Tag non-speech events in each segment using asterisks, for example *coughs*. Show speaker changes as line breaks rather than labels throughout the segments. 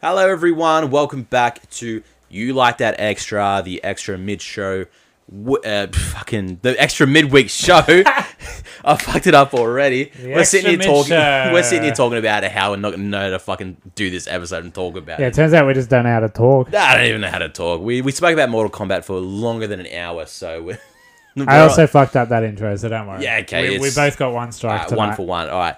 Hello, everyone. Welcome back to You Like That Extra, the extra mid show. W- uh, fucking the extra midweek *laughs* show. I fucked it up already. we're
extra
sitting here talking.
mid-show.
We're sitting here talking about how we're not gonna know how to fucking do this episode and talk about.
Yeah,
it.
it turns out we just don't know how to talk.
I don't even know how to talk. We we spoke about Mortal Kombat for longer than an hour, so we're, *laughs*
I also fucked up that intro, so don't worry.
Yeah, okay,
We, we
it's-
both got one strike
Alright,
tonight.
one for one. All right,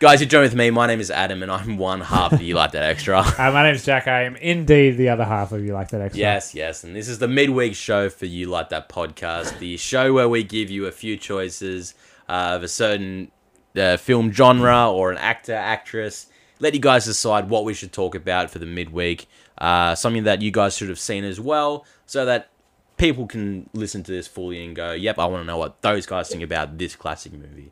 guys, you're joined with me. My name is Adam, and I'm one half. of you like that
*laughs*
extra?
Uh, my name's Jack. I am indeed the other half of you like that extra.
Yes, yes. And this is the midweek show for You Like That podcast, the show where we give you a few choices uh, of a certain uh, film genre or an actor, actress. Let you guys decide what we should talk about for the midweek. Uh, something that you guys should have seen as well, so that people can listen to this fully and go, yep, I want to know what those guys think about this classic movie.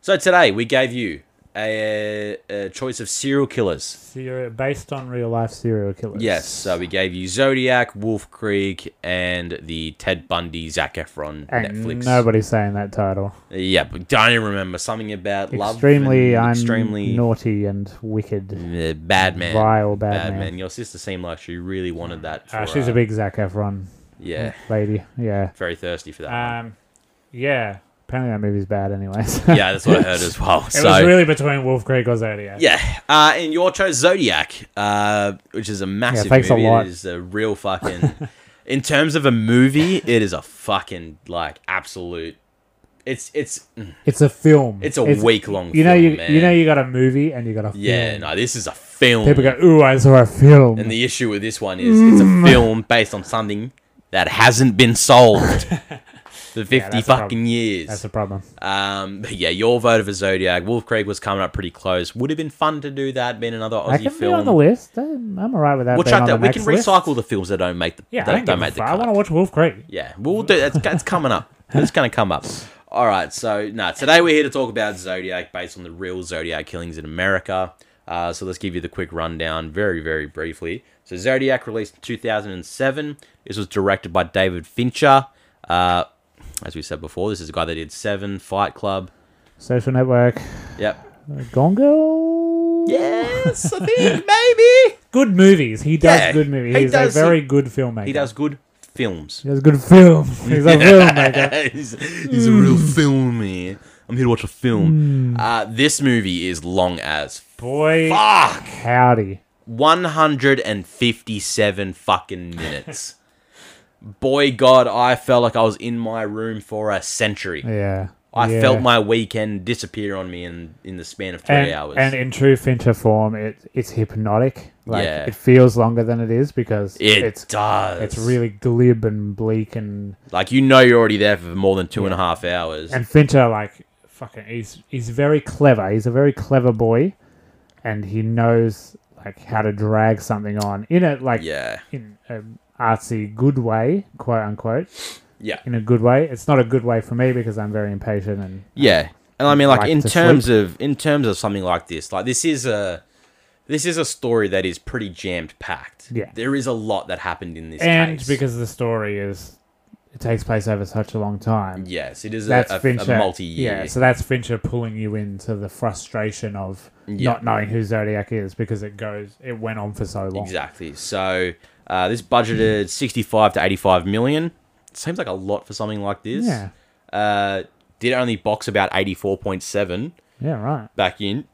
So today we gave you a, a choice of serial killers.
So you're based on real life serial killers.
Yes, so we gave you Zodiac, Wolf Creek, and the Ted Bundy, Zac Efron
And
Netflix.
nobody's saying that title.
yeah, but don't even remember something about love.
Extremely,
and
I'm
extremely
naughty and wicked.
uh, bad man.
Vile bad
bad
man.
man. Your sister seemed like she really wanted that. For,
Uh, she's
uh,
a big Zac Efron
yeah,
lady. Yeah.
very thirsty for that. one.
Um, yeah. Apparently that movie's bad, anyways. *laughs*
yeah, that's what I heard as well.
it
so
was really between Wolf Creek or Zodiac.
yeah, uh, and your chose Zodiac, uh, which is a massive
thanks a
movie.
lot.
It is a real fucking. in terms of a movie, it is a fucking like absolute. It's it's
It's a film.
It's a week long.
You know,
film,
you
man.
you know, you got a movie and you got a film.
Yeah, no, this is a film.
People go, ooh, I saw a film.
and the issue with this one is it's
Mm.
a film based on something that hasn't been
*laughs*
solved for fifty
that's a
fucking
problem. That's
years.
the problem.
um, but yeah, your vote for Zodiac, Wolf Creek was coming up pretty close. Would have been fun to do that. Been another
I
Aussie
can
film.
be on the list. I'm, I'm all right with that.
we'll
being
chuck
on
that.
the
We can
next list.
recycle the films that don't make the
Yeah,
that
I, don't
don't,
give a
make the
fuck.
cut.
I want to watch Wolf Creek.
Yeah, we'll do. It's, it's coming up. It's going to come up. All right. So no, today we're here to talk about Zodiac based on the real Zodiac killings in America. Uh, so let's give you the quick rundown, very very briefly. So Zodiac released in 2007. This was directed by David Fincher. Uh, as we said before, this is a guy that did Seven, Fight Club.
Social Network.
Yep.
Gongo.
Yes, I think *laughs* maybe
Good movies. He does
Yeah,
good movies.
he
He's
does-
a very good filmmaker.
he does good films.
He does good
*laughs*
films. He's a filmmaker.
he's, he's a real
Hmm.
film man. I'm here to watch a film. Uh, this movie is long as *laughs*
Boy,
fuck.
howdy.
157 fucking
*laughs*
minutes. Boy, God, I felt like I was in my room for a century.
Yeah.
I
Yeah.
felt my weekend disappear on me in, in the span of three
and,
hours.
and in true Fincher form, it it's hypnotic. Like
Yeah.
it feels longer than it is because
it
it's
does.
it's really glib and bleak and
like you know you're already there for more than two and a half hours.
and Fincher like fucking he's he's very clever. He's a very clever boy, and he knows like how to drag something on in a like
yeah,
in an artsy good way, quote unquote.
Yeah.
in a good way. It's not a good way for me because I'm very impatient and
yeah. And I mean, like
Like
in
to
terms of in terms of something like this, like this is a this is a story that is pretty jammed packed.
Yeah.
there is a lot that happened in this
and
case.
because the story is it takes place over such a long time.
Yes, it is a,
that's
a,
Fincher.
a multi-year.
Yeah, so that's Fincher pulling you into the frustration of
Yeah.
not knowing who Zodiac is because it goes, it went on for so long.
exactly. So uh, this budgeted sixty-five to eighty-five million. Seems like a lot for something like this.
Yeah,
Uh, did only box about eighty-four point seven
yeah, right.
back in.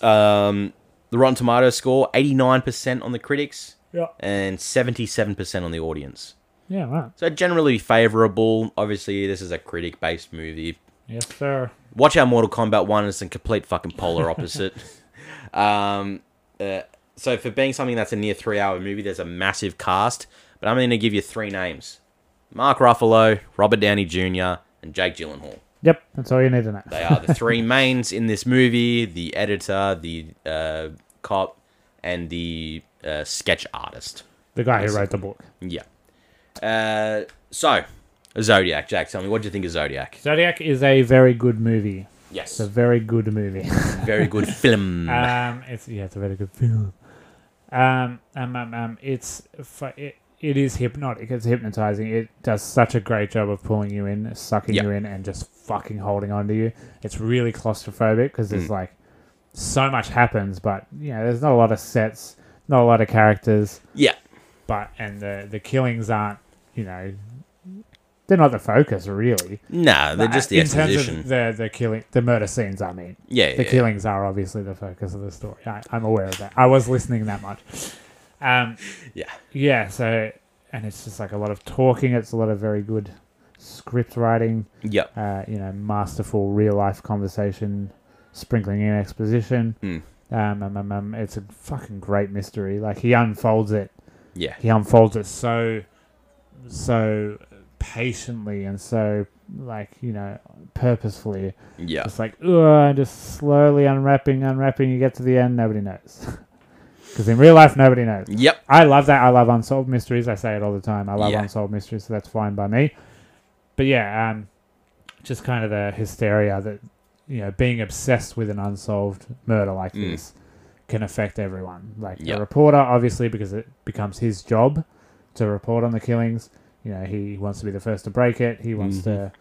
Um, the Rotten Tomatoes score eighty-nine percent on the critics
Yeah,
and seventy-seven percent on the audience.
yeah, right.
So generally favorable. Obviously, this is a critic-based movie.
Yes, sir.
Watch out, Mortal Kombat 1 is a complete fucking polar opposite. um, uh, so, for being something that's a near three hour movie, there's a massive cast, but I'm going to give you three names Mark Ruffalo, Robert Downey Jr., and Jake Gyllenhaal.
Yep, that's all you need to know.
They are the three mains in this movie the editor, the uh, cop, and the uh, sketch artist.
The guy who wrote the book.
Yeah. Uh, so, Zodiac. Jack, tell me, what do you think of Zodiac?
Zodiac is a very good movie.
Yes.
It's a very good movie.
*laughs* Very good
*laughs*
film.
um, it's yeah, it's a very good film. Um, um, um, um it's fu- it, it is hypnotic. It's hypnotizing. It does such a great job of pulling you in, sucking
Yeah.
you in, and just fucking holding on to you. It's really
Mm.
claustrophobic because there's like so much happens, but you know, there's not a lot of sets. not a lot of characters,
Yeah.
but and the the killings aren't you know they're not the focus really.
Nah, they're
But uh,
just the
in terms
exposition.
of the the killing the murder scenes. I mean,
yeah,
the
yeah.
killings are obviously the focus of the story. I, I'm aware of that. I was listening that much. Um,
*laughs* yeah.
yeah. So and it's just like a lot of talking. It's a lot of very good script writing.
Yep.
uh, you know, masterful real life conversation, sprinkling in exposition.
Mm.
Um, um, um, um, it's a fucking great mystery. Like he unfolds it,
Yeah.
he unfolds it so, so patiently and so like you know purposefully.
Yeah.
It's like "Ugh," and just slowly unwrapping, unwrapping. You get to the end, nobody knows. *laughs* Because in real life, nobody knows.
Yep.
I love that. I love unsolved mysteries. I say it all the time. I love
Yeah.
unsolved mysteries, so that's fine by me. But yeah, um, just kind of the hysteria that you know being obsessed with an unsolved murder like
Mm.
this can affect everyone. Like
Yep.
the reporter, obviously, because it becomes his job to report on the killings. You know, he wants to be the first to break it. He wants
Mhm.
to,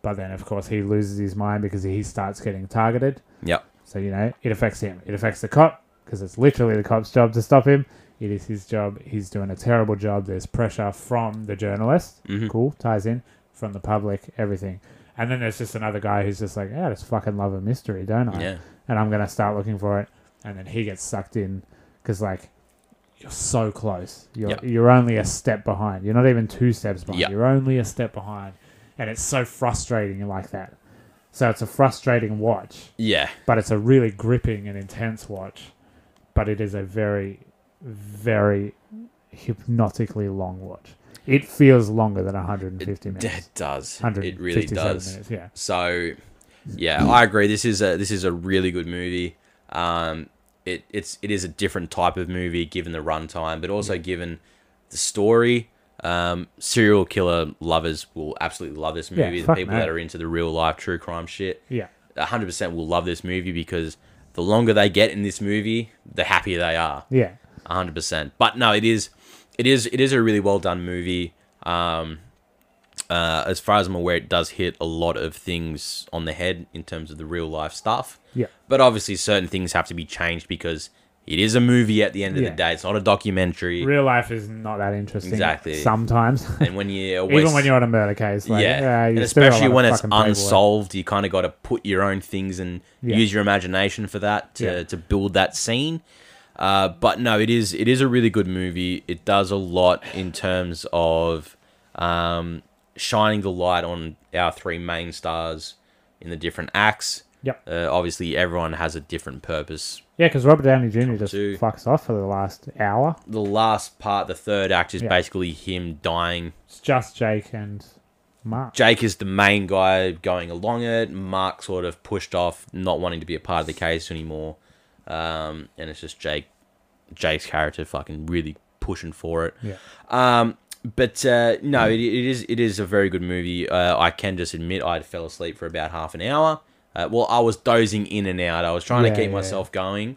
but then of course he loses his mind because he starts getting targeted.
Yep.
So you know, it affects him. It affects the cop because it's literally the cop's job to stop him. It is his job. He's doing a terrible job. There's pressure from the journalist.
Mhm.
Cool, ties in from the public, everything. And then there's just another guy who's just like, "Yeah, I just fucking love a mystery, don't I?"
Yeah.
And I'm gonna start looking for it. And then he gets sucked in because like you're so close. You're
Yep.
you're only a step behind. You're not even two steps behind.
Yep.
You're only a step behind, and it's so frustrating like that. So it's a frustrating watch
Yeah.
but it's a really gripping and intense watch. But it is a very, very hypnotically long watch. It feels longer than 150 minutes.
It does. It
157
really does.
Minutes, yeah.
So, yeah, I agree. This is a this is a really good movie. Um, it it's it is a different type of movie given the runtime, but also given the story. Um, serial killer lovers will absolutely love this
Yeah,
movie. the
fuck
people
no.
that are into the real life true crime shit,
Yeah.
100% will love this movie because the longer they get in this movie, the happier they are.
Yeah.
A hundred percent. But no, it is, it is, it is a really well done movie. Um, uh, as far as I'm aware, it does hit a lot of things on the head in terms of the real life stuff.
Yeah.
But obviously, certain things have to be changed because it is a movie. At the end of
Yeah.
the day, it's not a documentary.
Real life is not that interesting.
Exactly. *laughs*
Sometimes. *laughs*
and when you
Even when you're on a murder case. Like,
yeah,
yeah
and
you still got a
especially
lot of
when it's
fucking paperwork.
unsolved, you kind of got to put your own things and
Yeah.
use your imagination for that to,
Yeah.
to build that scene. Uh, but no, it is it is a really good movie. It does a lot in terms of um, shining the light on our three main stars in the different acts.
Yep.
Uh, obviously, everyone has a different purpose.
Yeah, because Robert Downey Jr. just
to-
fucks off for the last hour.
The last part, the third act, is
Yeah.
basically him dying
It's just Jake and Mark.
Jake is the main guy going along it. Mark sort of pushed off, not wanting to be a part of the case anymore. Um, and it's just Jake, Jake's character fucking really pushing for it.
Yeah.
Um, but uh, no, it, it is it is a very good movie. Uh, I can just admit I fell asleep for about half an hour. Uh, well, I was dozing in and out. I was trying
Yeah,
to keep
yeah.
myself going,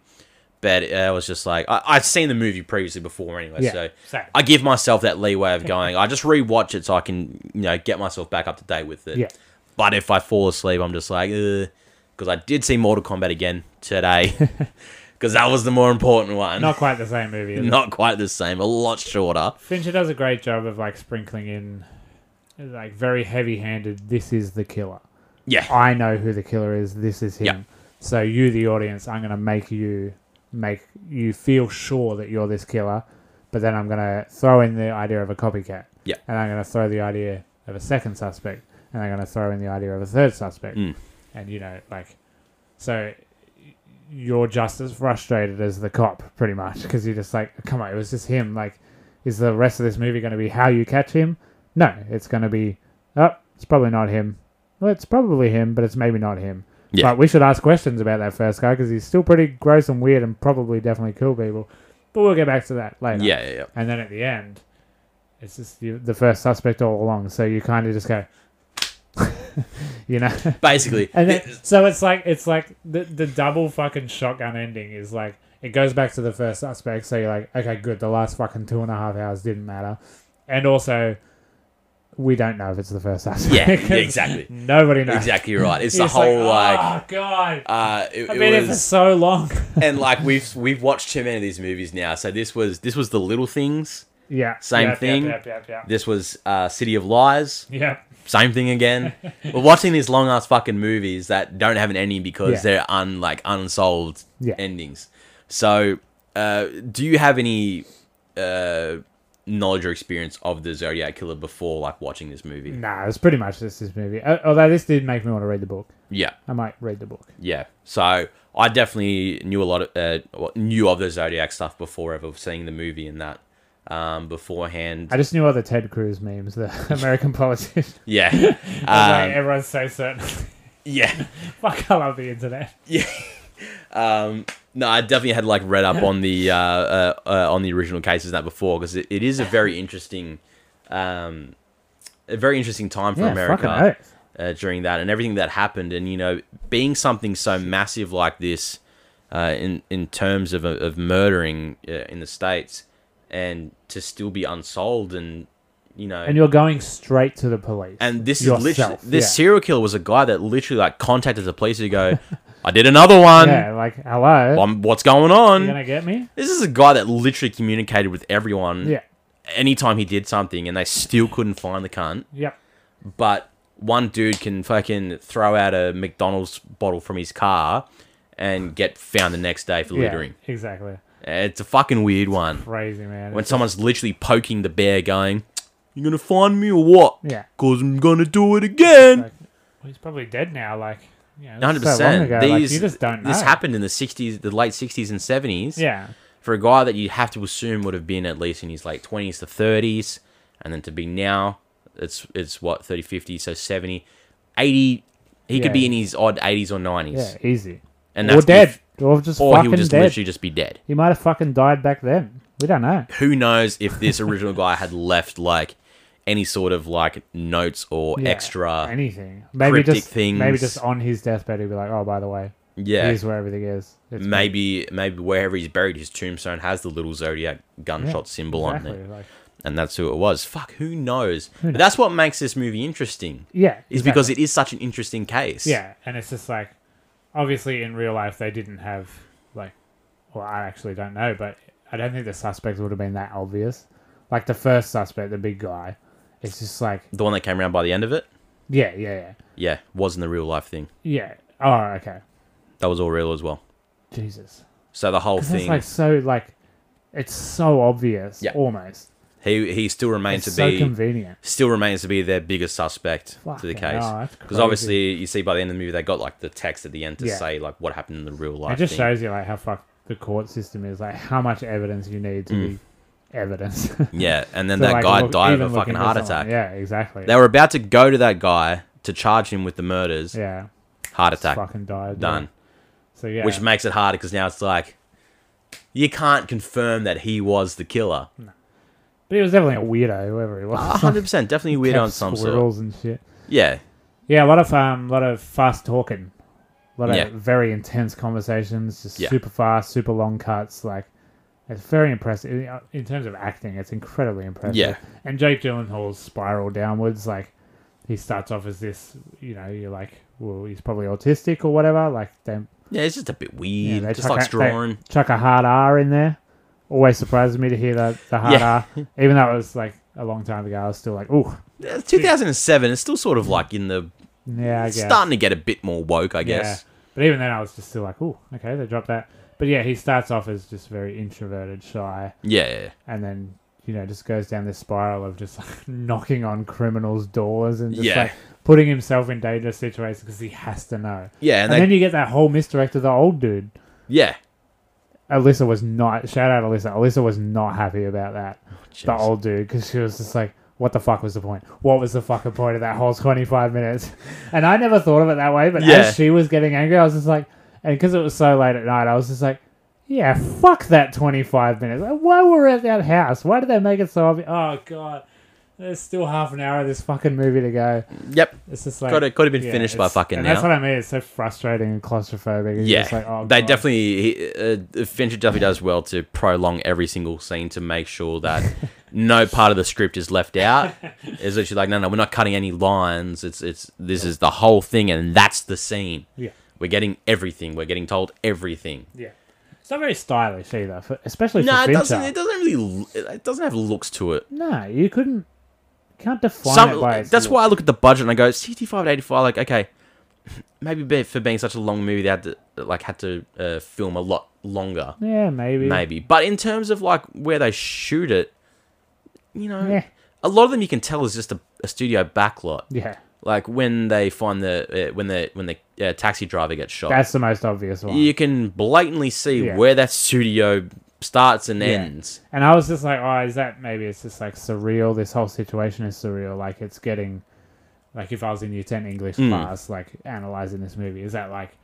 but uh, I was just like I, I'd seen the movie previously before anyway,
Yeah,
so
same.
*laughs* I give myself that leeway of going. I just rewatch it so I can you know get myself back up to date with it.
Yeah.
But if I fall asleep, I'm just like because I did see Mortal Kombat again
*laughs*
today *laughs* because that was the more important one.
Not quite the same movie. is it?
*laughs* Not quite the same, a lot shorter.
Fincher does a great job of like sprinkling in like very heavy-handed this is the killer.
Yeah.
I know who the killer is. This is him.
Yeah.
So you the audience, I'm going to make you make you feel sure that you're this killer, but then I'm going to throw in the idea of a copycat.
Yeah.
And I'm going to throw the idea of a second suspect and I'm going to throw in the idea of a third suspect.
Mm.
And you know, like so you're just as frustrated as the cop, pretty much, because you're just like, come on, it was just him. Like, is the rest of this movie going to be how you catch him? No, it's going to be, oh, it's probably not him. Well, it's probably him, but it's maybe not him.
Yeah.
But we should ask questions about that first guy because he's still pretty gross and weird and probably definitely kill people. But we'll get back to that later.
Yeah, yeah, yeah.
And then at the end, it's just the, the first suspect all along. So you kind of just go, *laughs* you know.
Basically,
*laughs*
*laughs*
And then, so it's like it's like the the double fucking shotgun ending is like it goes back to the first suspect. So you're like, okay, good. The last fucking two and a half hours didn't matter, and also we don't know if it's the first suspect.
Yeah, yeah,
*laughs* 'cause
exactly.
Nobody knows. *laughs*
Exactly right. It's
It's
the whole like,
oh god,
uh, it,
I've
it
been here for
was,
so long. *laughs*
and like we've we've watched too many of these movies now. So this was this was the little things.
yeah,
Same
yep,
thing.
Yep, yep, yep, yep.
This was uh, City of Lies.
Yep.
Same thing
*laughs*
again. We're watching these long ass fucking movies that don't have an ending because
Yeah.
they're un like unsolved
Yeah.
endings. So, uh, do you have any uh, knowledge or experience of the Zodiac killer before like watching this movie?
Nah, it's pretty much this this movie. Uh, although this did make me want to read the book.
Yeah.
I might read the book.
Yeah. So I definitely knew a lot of uh, well, knew of the Zodiac stuff before ever seeing the movie and that um, beforehand.
I just knew all the Ted Cruz memes, the
*laughs*
*laughs* American politician. *laughs*
yeah.
Like,
Um,
everyone's so certain. *laughs*
yeah.
Fuck, I love the internet.
Um, no, I definitely had like read up on the uh, uh, uh, on the original cases and that before because it, it is a very interesting, um, a very interesting time for
Yeah,
America.
fucking oath.
uh, during that and everything that happened and you know being something so massive like this uh, in in terms of of murdering uh, in the states and to still be unsolved and you know
And
and,
you're going straight to the police.
this
yourself,
is literally this
yeah.
serial killer was a guy that literally like contacted the police to go I did another one
*laughs* yeah, like hello,
I'm- what's going on
you gonna get me?
this is a guy that literally communicated with everyone
Yeah,
anytime he did something and they still couldn't find the cunt
yep.
but one dude can fucking throw out a McDonald's bottle from his car and get found the next day for
Yeah,
littering.
exactly.
It's a fucking weird one.
Crazy man.
When someone's literally poking the bear, going, "You gonna find me or what?
yeah,
Cause I'm gonna do it again."
like, well, he's probably dead now. Like, you know,
Hundred
it's so long
percent.
ago, like,
These
you just don't know.
this happened in the '60s, the late '60s and '70s.
Yeah,
For a guy that you have to assume would have been at least in his late 20s to 30s, and then to be now, it's it's what 30, 50, so 70, 80. He
Yeah.
could be in his odd 80s or 90s.
yeah, easy.
and
Or
that's
dead.
if-
or just
or he
fucking
would just
dead.
literally just be dead.
He might have fucking died back then. We don't know.
Who knows if this
*laughs*
original guy had left like any sort of like notes or
Yeah,
extra?
anything. Maybe
cryptic
just maybe
things.
just on his deathbed, he'd be like, "Oh, by the way,
Yeah,
here's where everything is." It's
maybe maybe wherever he's buried, his tombstone has the little zodiac gunshot symbol on
exactly
it,
like
and that's who it was. Fuck, who knows? But that's what makes this movie interesting.
yeah.
Is
exactly.
because it is such an interesting case.
Yeah, and it's just like, obviously in real life they didn't have like, well I actually don't know, but I don't think the suspects would have been that obvious. Like the first suspect, the big guy, it's just like,
the one that came around by the end of it.
yeah, yeah,
Yeah, wasn't the real life thing.
yeah, yeah. Oh, okay,
That was all real as well.
Jesus,
So the whole
because it's
thing,
like so like, it's so obvious,
Yeah.
almost.
he he still remains
It's
to
so
be
convenient.
still remains to be their biggest suspect to the
Fucking
case.
hell, that's
Because obviously, you see by the end of the movie, they got like the text at the end to
Yeah.
say like what happened in the real
It
life.
just
thing.
shows you like how fucked the court system is, like how much evidence you need to be evidence. *laughs* and
Yeah, Mm. and then that guy died of a fucking heart attack.
Yeah, exactly.
They were about to go to that guy to charge him with the murders.
yeah,
Heart attack,
fucking died.
done.
yeah. So yeah,
Which makes it harder because now it's like you can't confirm that he was the killer.
but he was definitely a weirdo, whoever he was.
hundred percent, definitely *laughs*
*laughs*
weird
Uh-huh.
on
Kept
some sort.
squirrels and shit.
Yeah,
Yeah, a lot of um, lot of fast talking, a lot of
Yeah.
very intense conversations, just
Yeah.
super fast, super long cuts. Like it's very impressive In- uh, in terms of acting. It's incredibly impressive.
Yeah.
and Jake Gyllenhaal's spiral downwards. Like he starts off as this, you know, you're like, well, he's probably autistic or whatever. Like they,
yeah, it's just a bit
you know,
weird.
they
just
chuck
like
a- they
drawing.
chuck a hard R in there. Always surprises me to hear the, the hard
Yeah.
R, even though it was like a long time ago. I was still like, ooh,
Two thousand and seven. It's still sort of like in the
yeah,
*laughs*
I guess.
starting to get a bit more woke, I guess.
Yeah. But even then, I was just still like, oh, okay, they dropped that. But yeah, he starts off as just very introverted, shy,
yeah. yeah.
and then, you know, just goes down this spiral of just like *laughs* knocking on criminals' doors and just
Yeah.
like putting himself in dangerous situations because he has to know.
Yeah, and,
And,
they,
then you get that whole misdirect of the old dude.
yeah.
Alyssa was not, shout out Alyssa, Alyssa was not happy about that. the
Jeez.
old dude, because she was just like, what the fuck was the point? What was the fucking point of that whole 25 minutes? *laughs* And I never thought of it that way, but
Yeah.
as she was getting angry, I was just like, and because it was so late at night, I was just like, yeah, fuck that 25 minutes. Like, why were we at that house? Why did they make it so obvious? Oh, God. There's still half an hour of this fucking movie to go.
Yep.
It's just like
Could have could have been finished by
it's-
fucking
and
now.
That's what I mean. It's so frustrating and claustrophobic. It's
yeah,
just like, oh,
they
God.
definitely he, uh, Fincher definitely does well to prolong every single scene to make sure
*laughs*
that no part of the script is left out. It's literally like, no, no, we're not cutting any lines. It's it's this is the whole thing, and that's the scene.
Yeah.
We're getting everything. We're getting told everything.
Yeah, it's not very stylish either, for, especially
No,
for
it
Fincher.
doesn't. It doesn't really. It doesn't have looks to it.
No, you couldn't. Can't define it
Some,
by its
that's
look.
why I look at the budget and I go sixty-five to eighty-five. Like, okay, maybe be- for being such a long movie, they had to like had to uh, film a lot longer.
Yeah, maybe.
maybe. But in terms of like where they shoot it, you know,
*laughs* Yeah.
a lot of them you can tell is just a, a studio backlot.
Yeah,
Like when they find the uh, when the when the uh, taxi driver gets shot,
that's the most obvious one.
you can blatantly see
Yeah.
where that studio starts and ends.
And I was just like, oh, is that maybe it's just like surreal? This whole situation is surreal. Like it's getting, like if I was in year ten English
Hmm.
class, like analyzing this movie, is that like,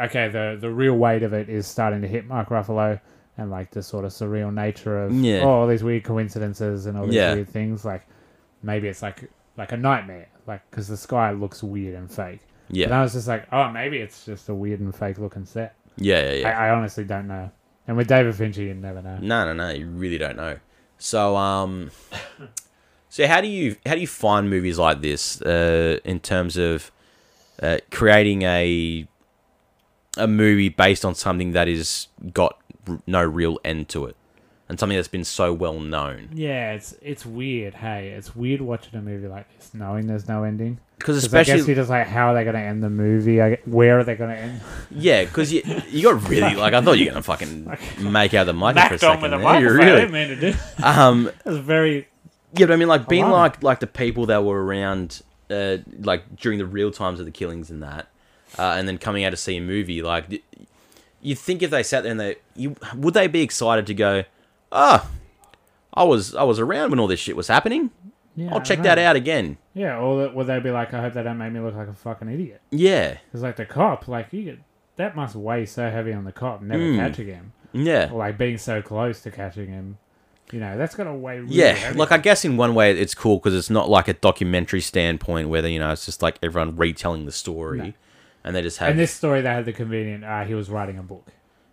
okay, the the real weight of it is starting to hit Mark Ruffalo, and like the sort of surreal nature of
Yeah.
oh, all these weird coincidences and all these
Yeah.
weird things. Like maybe it's like like a nightmare, like because the sky looks weird and fake.
Yeah.
And I was just like, oh, maybe it's just a weird and fake looking set.
Yeah, yeah, yeah.
I, I honestly don't know. And with David Fincher, you never know.
No, no, no. You really don't know. So, um, *coughs* so how do you how do you find movies like this uh, in terms of uh, creating a a movie based on something that is got r- no real end to it, and something that's been so well known?
Yeah, it's it's weird. Hey, it's weird watching a movie like this, knowing there's no ending.
Because
Because I guess
especially
you're just like, how are they going to end the movie? I, where are they going
*laughs*
to end?
yeah, because you you got really like I thought you were gonna
*laughs*
fucking make out the mic for a second. there. You
I
really
didn't mean to do. That
um
was very.
Yeah, but I mean, like being
love
like like the people that were around, uh, like during the real times of the killings and that, uh, and then coming out to see a movie, like y- you'd think if they sat there and they, you would they be excited to go, ah, I was I was around when all this shit was happening.
Yeah,
I'll
I
check
know.
that out again.
Yeah, or that- would they be like, I hope they don't make me look like a fucking idiot?
Yeah,
Because like the cop, like you, get- that must weigh so heavy on the cop, never
Mm.
catching him,
yeah,
or like being so close to catching him. You know, that's gonna weigh. Really
yeah.
heavy.
Like I guess in one way it's cool because it's not like a documentary standpoint where they, you know it's just like everyone retelling the story,
No.
and they just have
and this story, they had the convenient. Uh, he was writing a book,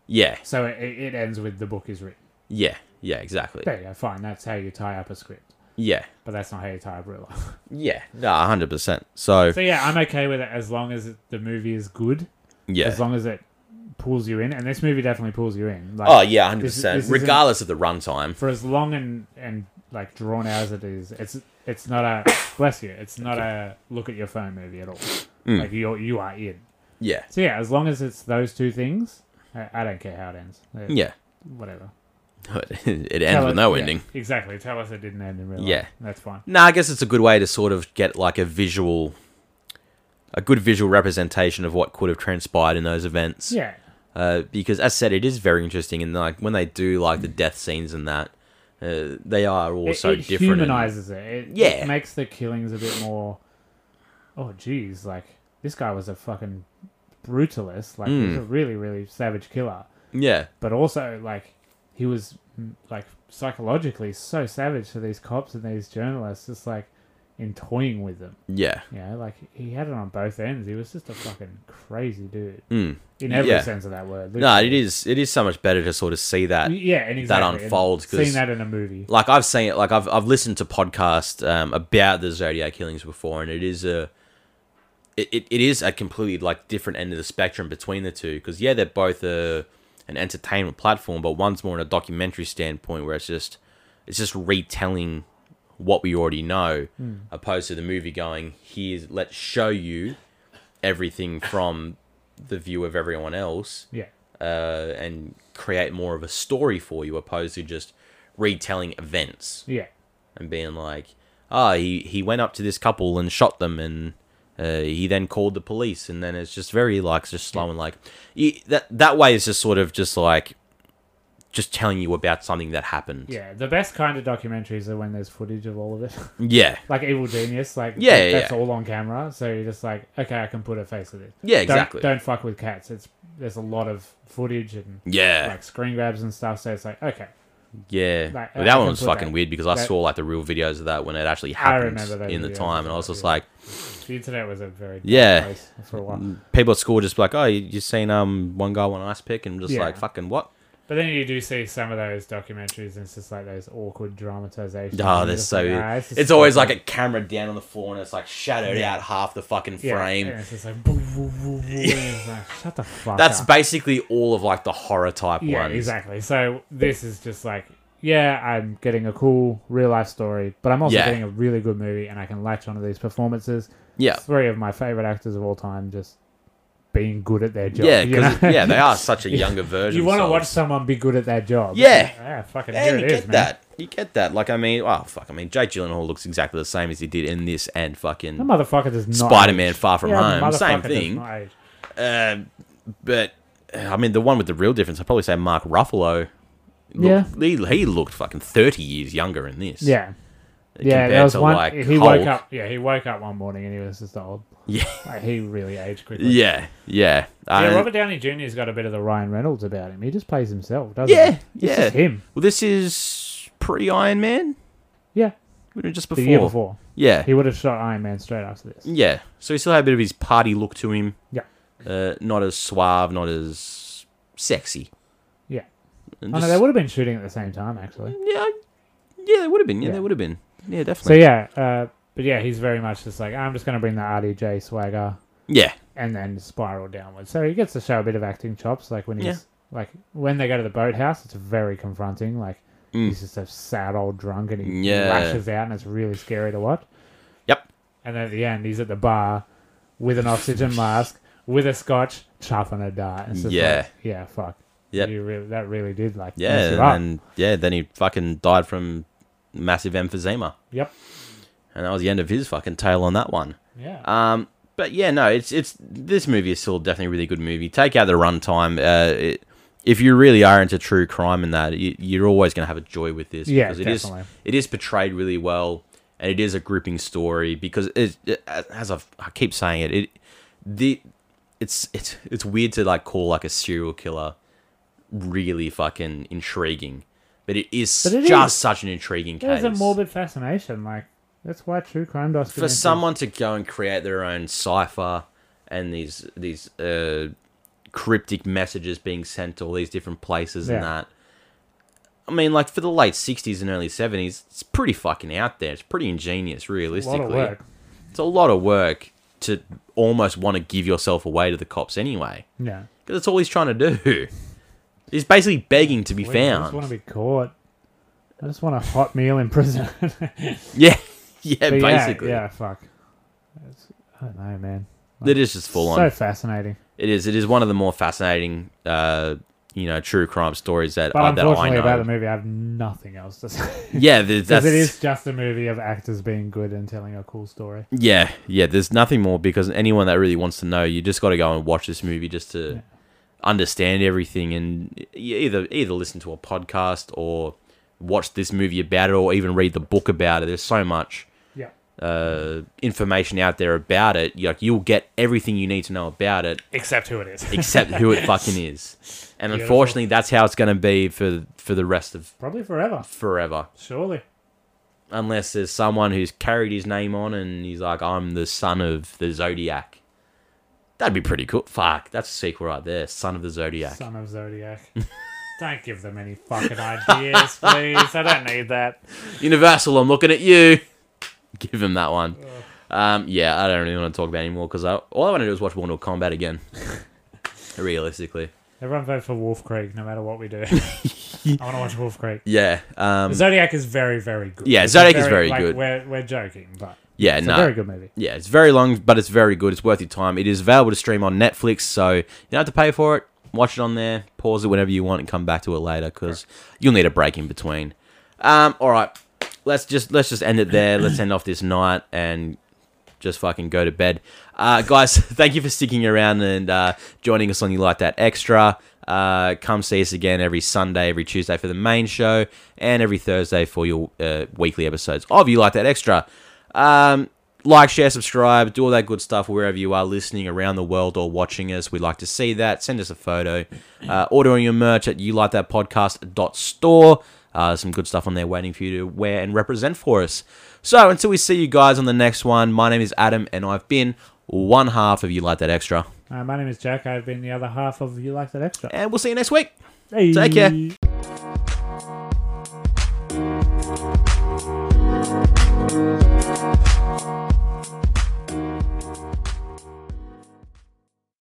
yeah,
so it, it ends with the book is written.
yeah, yeah, exactly,
There you go. Fine, that's how you tie up a script.
yeah.
but that's not how you tie up real life.
Yeah, no, hundred percent. So
So yeah, I'm okay with it as long as it- the movie is good,
yeah,
as long as it pulls you in, and this movie definitely pulls you in. Like,
oh yeah, hundred
This- this
percent.
isn't-
Regardless of the runtime,
for as long and and like drawn out as it is, it's it's not a bless you, it's not a look at your phone movie at all.
Hmm.
Like you you are in.
yeah,
So yeah, as long as it's those two things, I, I don't care how it ends. Uh,
yeah, *laughs*
whatever.
it
Tell
ends with
us-
no
yeah,
ending.
Exactly. Tell us it didn't end in real life.
Yeah.
that's fine.
No, I guess it's a good way to sort of get like a visual, a good visual representation of what could have transpired in those events.
Yeah,
Uh, because as said, it is very interesting, and like when they do like the death scenes and that, uh, they are all
it,
so
it
different. and-
humanizes it. it
Yeah.
it makes the killings a bit more. Oh, geez, like this guy was a fucking brutalist. Like
Mm.
he was a really, really savage killer.
yeah,
But also, like he was mm, like psychologically so savage to these cops and these journalists, just like in toying with them.
yeah,
You know, like he had it on both ends. He was just a fucking crazy dude
mm.
in every
Yeah.
sense of that word.
no,
literally.
it is. It is so much better to sort of see that
Yeah, and exactly. and
unfolds 'cause-
Seeing that in a movie.
like I've seen it, like I've I've listened to podcasts um, about the Zodiac killings before, and it is a it, it, it is a completely like different end of the spectrum between the two because yeah, they're both a an entertainment platform, but one's more in a documentary standpoint where it's just it's just retelling what we already know, opposed to the movie going here's let's show you everything from the view of everyone else
Yeah.
uh, and create more of a story for you opposed to just retelling events
Yeah.
and being like ah he, he went up to this couple and shot them and uh, he then called the police and then it's just very like just slow and like you, that that way is just sort of just like just telling you about something that happened
Yeah, the best kind of documentaries are when there's footage of all of it, *laughs*
yeah
like Evil Genius. Like,
Yeah,
that-
yeah,
that's
yeah.
all on camera. So you're just like, okay, I can put a face with it.
Yeah, exactly.
Don't, don't fuck with cats. It's there's a lot of footage and
yeah
like screen grabs and stuff. So it's like, okay,
Yeah,
Like,
Well,
I-
that
I
one
can
was
put
fucking
that-
weird because I
that-
saw like the real videos of that when it actually happened
remember those
in the
videos,
time, and I was
yeah.
just like,
The internet was a very dark
Yeah. Mm.
place for a while.
people at school just be like, oh, you you seen um one guy one ice pick, and I'm just
Yeah.
like fucking what?
But then you do see some of those documentaries, and it's just like those awkward dramatizations.
Oh,
and you're
they're
just
so.
like, "Ah,
it's
just
always
fucking-
like a camera down on the floor, and it's like shadowed
Yeah.
out half the fucking
yeah,
frame.
and it's just like, *laughs* boom, boom, boom, boom, and it's like, shut the
*laughs*
fuck
That's
up.
basically all of like the horror type
yeah,
ones.
exactly. So this is just like, yeah, I'm getting a cool real life story, but I'm also
Yeah.
getting a really good movie, and I can latch onto these performances.
Yeah,
Three of my favorite actors of all time just being good at their job.
yeah,
you
because
know?
yeah, they
*laughs*
are such a younger version.
You want to
so-
watch someone be good at their job.
Yeah.
Yeah, fucking
Yeah,
here
you
it is,
get
man.
that. You get that. Like, I mean, oh fuck, I mean, Jake Gyllenhaal looks exactly the same as he did in this and
That
fucking
motherfucker does not.
Spider-Man: Far From
Yeah,
Home. Same
motherfucker does
thing.
not age.
Um, but uh, I mean, the one with the real difference, I'd probably say Mark Ruffalo.
Yeah.
looked- he, he looked fucking thirty years younger in this.
Yeah. Yeah, there
compared
was
to,
one.
like,
he
Hulk.
woke up. Yeah, he woke up one morning and he was just old.
*laughs* Yeah,
Like he really aged quickly.
yeah, yeah. I
Yeah,
don't-
Robert Downey Jr.'s got a bit of the Ryan Reynolds about him. He just plays himself, doesn't
yeah,
he? It's
yeah.
just him.
Well, this is pre Iron Man.
Yeah,
Wouldn't it Just
the
before. Mm,
year before.
Yeah,
He would have shot Iron Man straight after this.
yeah. So he still had a bit of his party look to him.
Yeah.
Uh, not as suave, not as sexy.
Yeah.
And
Oh, no,
just- Mm.
they would have been shooting at the same time, actually.
yeah, yeah, they would have been. Yeah,
Yeah.
they would have been. Yeah,
So,
definitely.
yeah, uh, but yeah, he's very much just like, I'm just going to bring the RDJ swagger
yeah,
and then spiral downwards. So he gets to show a bit of acting chops, like when he's like when they go to the boathouse, it's very confronting. Like
Mm.
he's just a sad old drunk, and he
Yeah.
lashes out, and it's really scary to watch.
Yep.
And then at the end, he's at the bar with an
*laughs*
oxygen mask, with a scotch, chuffing a dart. It's just
Yeah.
like, yeah, fuck.
Yep.
You really, that really did like
yeah,
mess you
and
up.
then, yeah. Then he fucking died from massive emphysema,
yep.
and that was the end of his fucking tale on that one.
Yeah.
Um, but yeah, no, it's it's this movie is still definitely a really good movie. Take out the runtime. Uh, it, if you really are into true crime and that, you, you're always going to have a joy with this.
Yeah,
because it is-
definitely.
it is portrayed really well, and it is a gripping story because it, it as I've, I keep saying it, it the it's it's it's weird to like call like a serial killer really fucking intriguing, but it is
But it
just
is.
such an intriguing case
There's a morbid fascination. Like that's why true crime
for
documentaries.
someone to go and create their own cipher and these these uh, cryptic messages being sent to all these different places and
Yeah.
that. I mean, like for the late '60s and early '70s, it's pretty fucking out there. It's pretty ingenious,
a lot
realistically.
of work.
It's a lot of work to almost want to give yourself away to the cops anyway,
Yeah.
because that's all he's trying to do. *laughs* He's basically begging to be
Wait, I just
found.
want to be caught. I just want a hot meal in prison.
*laughs*
*laughs*
yeah, yeah,
But yeah,
basically.
Yeah, fuck. It's, I don't know, man.
It is just full on.
so fascinating.
It is. It is one of the more fascinating, uh, you know, true crime stories that,
But
I that I
unfortunately,
know.
about the movie, I have nothing else to *laughs* say.
yeah, th-
Because
that's
it is just a movie of actors being good and telling a cool story.
Yeah, yeah. There's nothing more because anyone that really wants to know, you just got to go and watch this movie just to
Yeah.
understand everything, and y- either either listen to a podcast or watch this movie about it, or even read the book about it. There's so much
Yeah.
uh, information out there about it. You- Like you'll get everything you need to know about it.
Except who it is.
Except who
*laughs*
it fucking is, and
Beautiful.
unfortunately, that's how it's going to be for for the rest of
Probably forever.
forever.
Surely.
Unless there's someone who's carried his name on and he's like, I'm the son of the Zodiac. That'd be pretty cool. Fuck, that's a sequel right there. Son of the Zodiac.
Son of
*laughs*
Zodiac. don't give them any fucking ideas, please. I don't need that.
Universal, I'm looking at you. *laughs* Give him that one. Um, yeah, I don't really want to talk about it anymore because I, all I want to do is watch Mortal Kombat again. *laughs* Realistically.
Everyone vote for Wolf Creek, no matter what
*laughs*
we do. I want to watch Wolf Creek.
Yeah. Um,
Zodiac is very, very good.
Yeah,
It's
Zodiac
a
is very
like,
good.
We're, we're joking, but
yeah,
it's
no.
a very good movie.
yeah, it's very long, but it's very good. It's worth your time. It is available to stream on Netflix, so you don't have to pay for it. Watch it on there, pause it whenever you want, and come back to it later because you'll need a break in between. Um, all right, let's just let's just end it there. let's end off this night and just fucking go to bed. Uh, guys, *laughs* thank you for sticking around and uh, joining us on You Like That Extra. Uh, come see us again every Sunday, every Tuesday for the main show, and every Thursday for your uh, weekly episodes of You Like That Extra. Um, like, share, subscribe, do all that good stuff wherever you are listening around the world or watching us. We'd like to see that. Send us a photo. Uh, ordering your merch at you like that podcast.store. Uh, some good stuff on there waiting for you to wear and represent for us. So until we see you guys on the next one, my name is Adam, and I've been one half of You Like That Extra.
Uh, my name is Jack. I've been the other half of You Like That Extra.
And we'll see you next week.
Hey.
Take care.